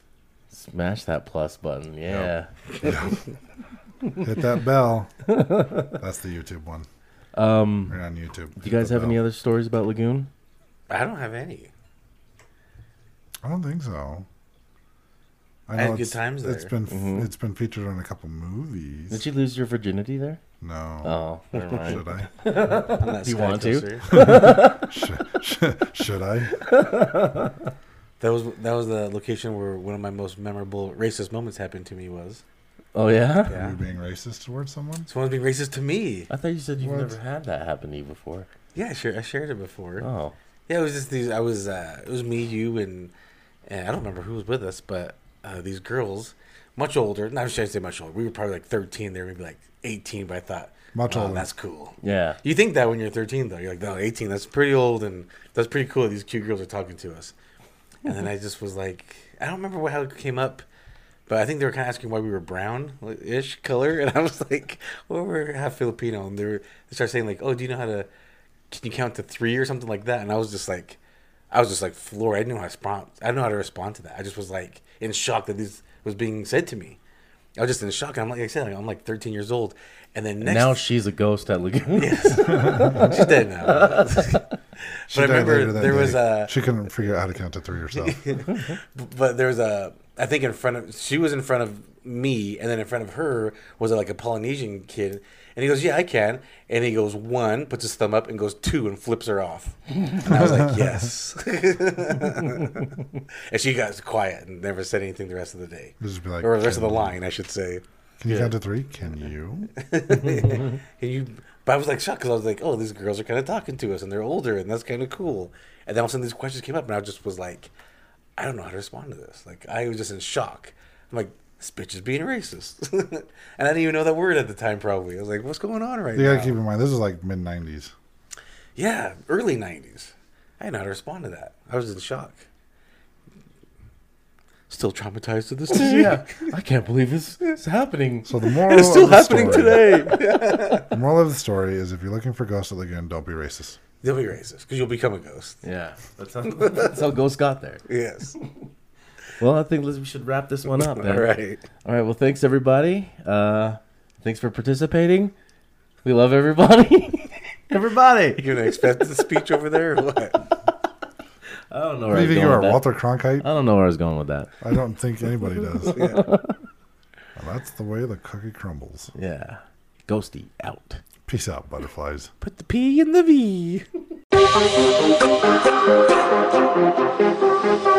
Speaker 2: smash that plus button. Yeah.
Speaker 3: Hit that bell. That's the YouTube one.
Speaker 2: Um,
Speaker 3: Right on YouTube.
Speaker 2: do you guys have any other stories about Lagoon?
Speaker 1: I don't have any.
Speaker 3: I don't think so.
Speaker 1: I had good
Speaker 3: it's-
Speaker 1: times
Speaker 3: It's
Speaker 1: there.
Speaker 3: been f
Speaker 2: Mhm.
Speaker 3: it's been featured on a couple movies.
Speaker 2: Did you lose your virginity there?
Speaker 3: no.
Speaker 2: Oh, never mind.
Speaker 3: Should I?
Speaker 1: I'm not
Speaker 2: Do you want to?
Speaker 1: Snapcaster.
Speaker 3: should, should, should I?
Speaker 1: That was that was the location where one of my most memorable racist moments happened to me was.
Speaker 2: Oh yeah.
Speaker 3: Are
Speaker 1: Yeah.
Speaker 3: you being racist towards someone?
Speaker 1: Someone's being racist to me.
Speaker 2: I thought you said you've
Speaker 3: What?
Speaker 2: never had that happen to you before.
Speaker 1: Yeah, sure. I shared it before.
Speaker 2: Oh,
Speaker 1: Yeah, it was just these. I was. Uh, it was me, you, and and I don't remember who was with us, but uh, these girls, much older. Not should I say much older. We were probably like thirteen. They were maybe like eighteen. But I thought,
Speaker 3: Much
Speaker 1: "Wow,
Speaker 3: older.
Speaker 1: That's cool.
Speaker 2: yeah.
Speaker 1: You think that when you're thirteen, though, you're like, no, eighteen. That's pretty old, and that's pretty cool. that These cute girls are talking to us. And then I just was like, I don't remember what, how it came up. But I think they were kind of asking why we were brown-ish color, and I was like, "Well, we're half Filipino." And they were they started saying like, "Oh, do you know how to? Can you count to three or something like that?" And I was just like, I was just like floored. I didn't know how to respond. I didn't know how to respond to that. I just was like in shock that this was being said to me. I was just in shock. And I'm like, I said, like, I'm like 13 years old, and then next
Speaker 2: Now she's a ghost at Lagoon.
Speaker 1: She's dead now. but
Speaker 3: She
Speaker 1: I
Speaker 3: died later
Speaker 1: remember
Speaker 3: that
Speaker 1: there was
Speaker 3: day.
Speaker 1: a,
Speaker 3: She couldn't figure out how to count to three herself.
Speaker 1: but there was a. I think in front of she was in front of me, and then in front of her was like a Polynesian kid, And he goes, Yeah, I can. And he goes, One, puts his thumb up and goes, Two, and flips her off. And I was like, Yes. and she got quiet and never said anything the rest of the day.
Speaker 3: It'll just be like,
Speaker 1: Or the rest of
Speaker 3: can,
Speaker 1: the line, I should say.
Speaker 3: Can you count to three? Can you?
Speaker 1: and you, but I was like shocked because I was like, oh, these girls are kind of talking to us and they're older and that's kind of cool. And then all of a sudden these questions came up and I just was like, I don't know how to respond to this. Like I was just in shock. I'm like, this bitch is being racist, and I didn't even know that word at the time. Probably I was like, what's going on right
Speaker 3: You
Speaker 1: now?
Speaker 3: gotta keep in mind this is like mid '90s.
Speaker 1: yeah, early '90s. I didn't know how to respond to that. I was in shock. Still traumatized to this day.
Speaker 2: yeah, I can't believe this is happening.
Speaker 3: So the moral
Speaker 1: It's still
Speaker 3: of the
Speaker 1: happening
Speaker 3: story,
Speaker 1: today.
Speaker 3: The moral of the story is if you're looking for Ghost at Lagoon, don't be racist.
Speaker 1: They'll be racist because you'll become a ghost.
Speaker 2: Yeah, that's how, that's how Ghost got there.
Speaker 1: Yes.
Speaker 2: Well, I think Liz, we should wrap this one up.
Speaker 1: All
Speaker 2: Then.
Speaker 1: right.
Speaker 2: All right. Well, thanks everybody. Uh, thanks for participating. We love everybody. everybody.
Speaker 1: You gonna expect the speech over there or what?
Speaker 2: I don't know
Speaker 3: What
Speaker 2: where I
Speaker 3: do
Speaker 2: was
Speaker 3: you think you
Speaker 2: going
Speaker 3: are,
Speaker 2: with that.
Speaker 3: Walter Cronkite?
Speaker 2: I don't know where I was going with that.
Speaker 3: I don't think anybody does.
Speaker 1: Yeah.
Speaker 3: Well, that's the way the cookie crumbles.
Speaker 2: Yeah. Ghosty out.
Speaker 3: Peace out, butterflies.
Speaker 1: Put the P in the V.
Speaker 5: Thank you.